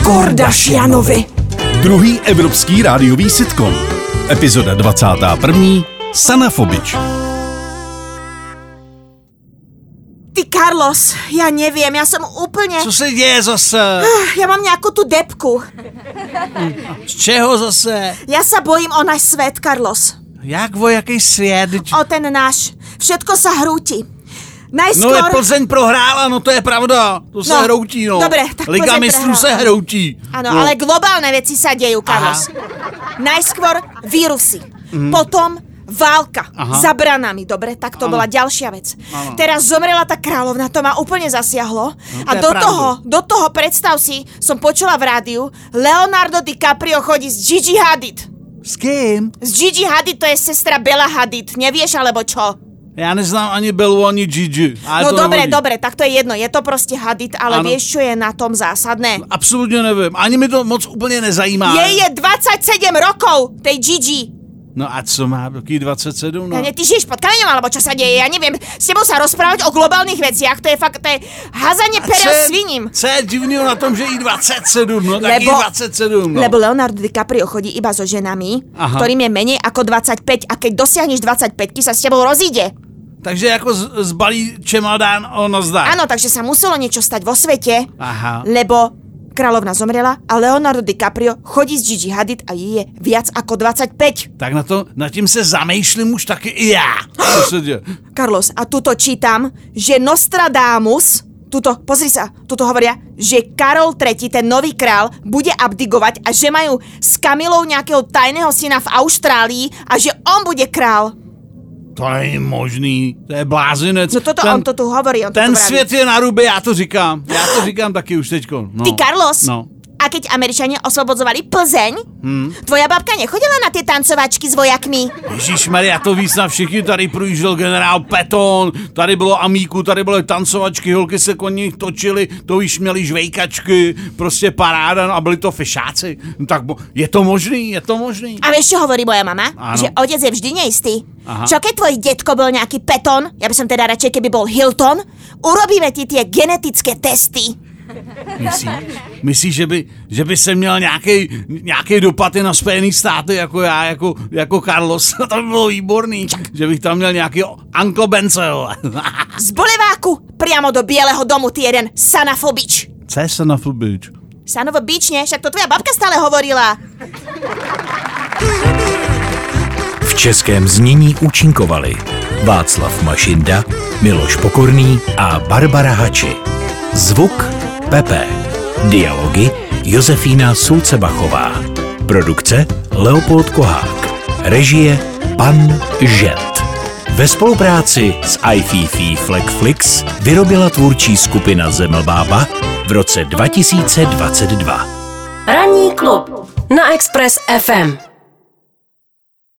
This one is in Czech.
Kordašianovi. Druhý evropský rádiový sitcom. Epizoda 21. Sanafobič. Ty Carlos, já nevím, já jsem úplně... Ah, Co se děje zase? Já mám nějakou tu depku. Z čeho zase? Já se bojím o náš svět, Carlos. Jak o jaký svět? Vždyť- O ten náš. Všetko sa hrúti. No Najskôr... je Plzeň prohrála, no to je pravda. To se No, hroutí, no. dobré, tak Liga Plzeň mistrů se prohrála. hroutí. Ano, no. ale globálne veci sa dejú, Carlos. Najskôr vírusy. Potom válka Mhm. Aha. za branami, dobre, tak to bola ďalšia vec. Áno. Teraz zomrela tá kráľovna, to ma úplne zasiahlo. No, a to je do pravdu. toho, do toho, predstav si, som počula v rádiu, Leonardo DiCaprio chodí s Gigi Hadid. S kým? S Gigi Hadid to je sestra Bella Hadid, nevieš alebo čo? Já neznám ani Belu, ani Gigi. Ale no to dobre, nevadí. dobre, tak to je jedno, je to proste Hadid, ale Áno. vieš, čo je na tom zásadné? Absolutně nevím. Ani mi to moc úplně nezajímá. Jej je 27 rokov, tej Gigi. No a co má? Taký 27, no. No. Ty žiješ pod kameňom, alebo čo sa deje, ja neviem. S tebou sa rozprávať o globálnych veciach, to je fakt, to je hazanie perel je- sviním. Co je divného na tom, že jí 27, no tak jí Lebo- 27, no. Lebo Leonardo DiCaprio chodí iba so ženami, Aha. Aha. ktorým je menej ako 25 a keď dosiahneš 25, sa s tebou rozíde. Takže jako z- zbalí čemadán o nozdár. Áno, takže sa muselo niečo stať vo svete, Aha. lebo kráľovna zomrela a Leonardo DiCaprio chodí s Gigi Hadid a jej je viac ako 25. Tak na to, nad tím se zamýšlím už taky i já. Co se děje? Carlos, a tuto čítam, že Nostradamus, tuto, pozri sa, tuto hovoria, že Karol III, ten nový král, bude abdigovať a že majú s Kamilou nějakého tajného syna v Austrálii a že on bude král. To není možný, to je blázinec. No toto, ten, on to tu hovorí, on Ten to tu vraví. svět je na ruby, já to říkám. Já to říkám taky už teďko. No. Ty, Carlos, No. a keď Američania oslobodzovali Plzeň, hmm. tvoja babka nechodila na tie tancovačky s vojakmi? Ježíš Maria, to víc na všichni, tady projížděl generál Peton, tady bylo Amíku, tady byly tancovačky, holky se koní točily, to již měli žvejkačky, prostě paráda, no a byli to fešáci. No tak bo, je to možný, je to možný. A vieš, čo hovorí moja mama? Áno. Že otec je vždy neistý. Aha. Aha. Čo keď tvoj detko bol nejaký Peton, ja by som teda radšej, keby bol Hilton, urobíme ti tie genetické testy. Myslí, myslí že, by, že by se měl nějaký, nějaký dopad i na Spojený státy, jako já, jako, jako Carlos. to by bylo výborný, že bych tam měl nějaký Uncle Bence, vole. Z boleváku priamo do Bieleho domu, ty jeden sanafobič. Co je se na fubič? Sanovo bič, ne? Však to tvoja babka stále hovorila. V českém znění účinkovali Václav Mašinda, Miloš Pokorný a Barbara Hači. Zvuk Pepe. Dialogy Josefína Sulcebachová. Produkce Leopold Kohák. Režie Pan Žet. Ve spolupráci s iFiFi Flexflix vyrobila tvůrčí skupina Zemlbába v roce 2022. Ranní klub na Express FM.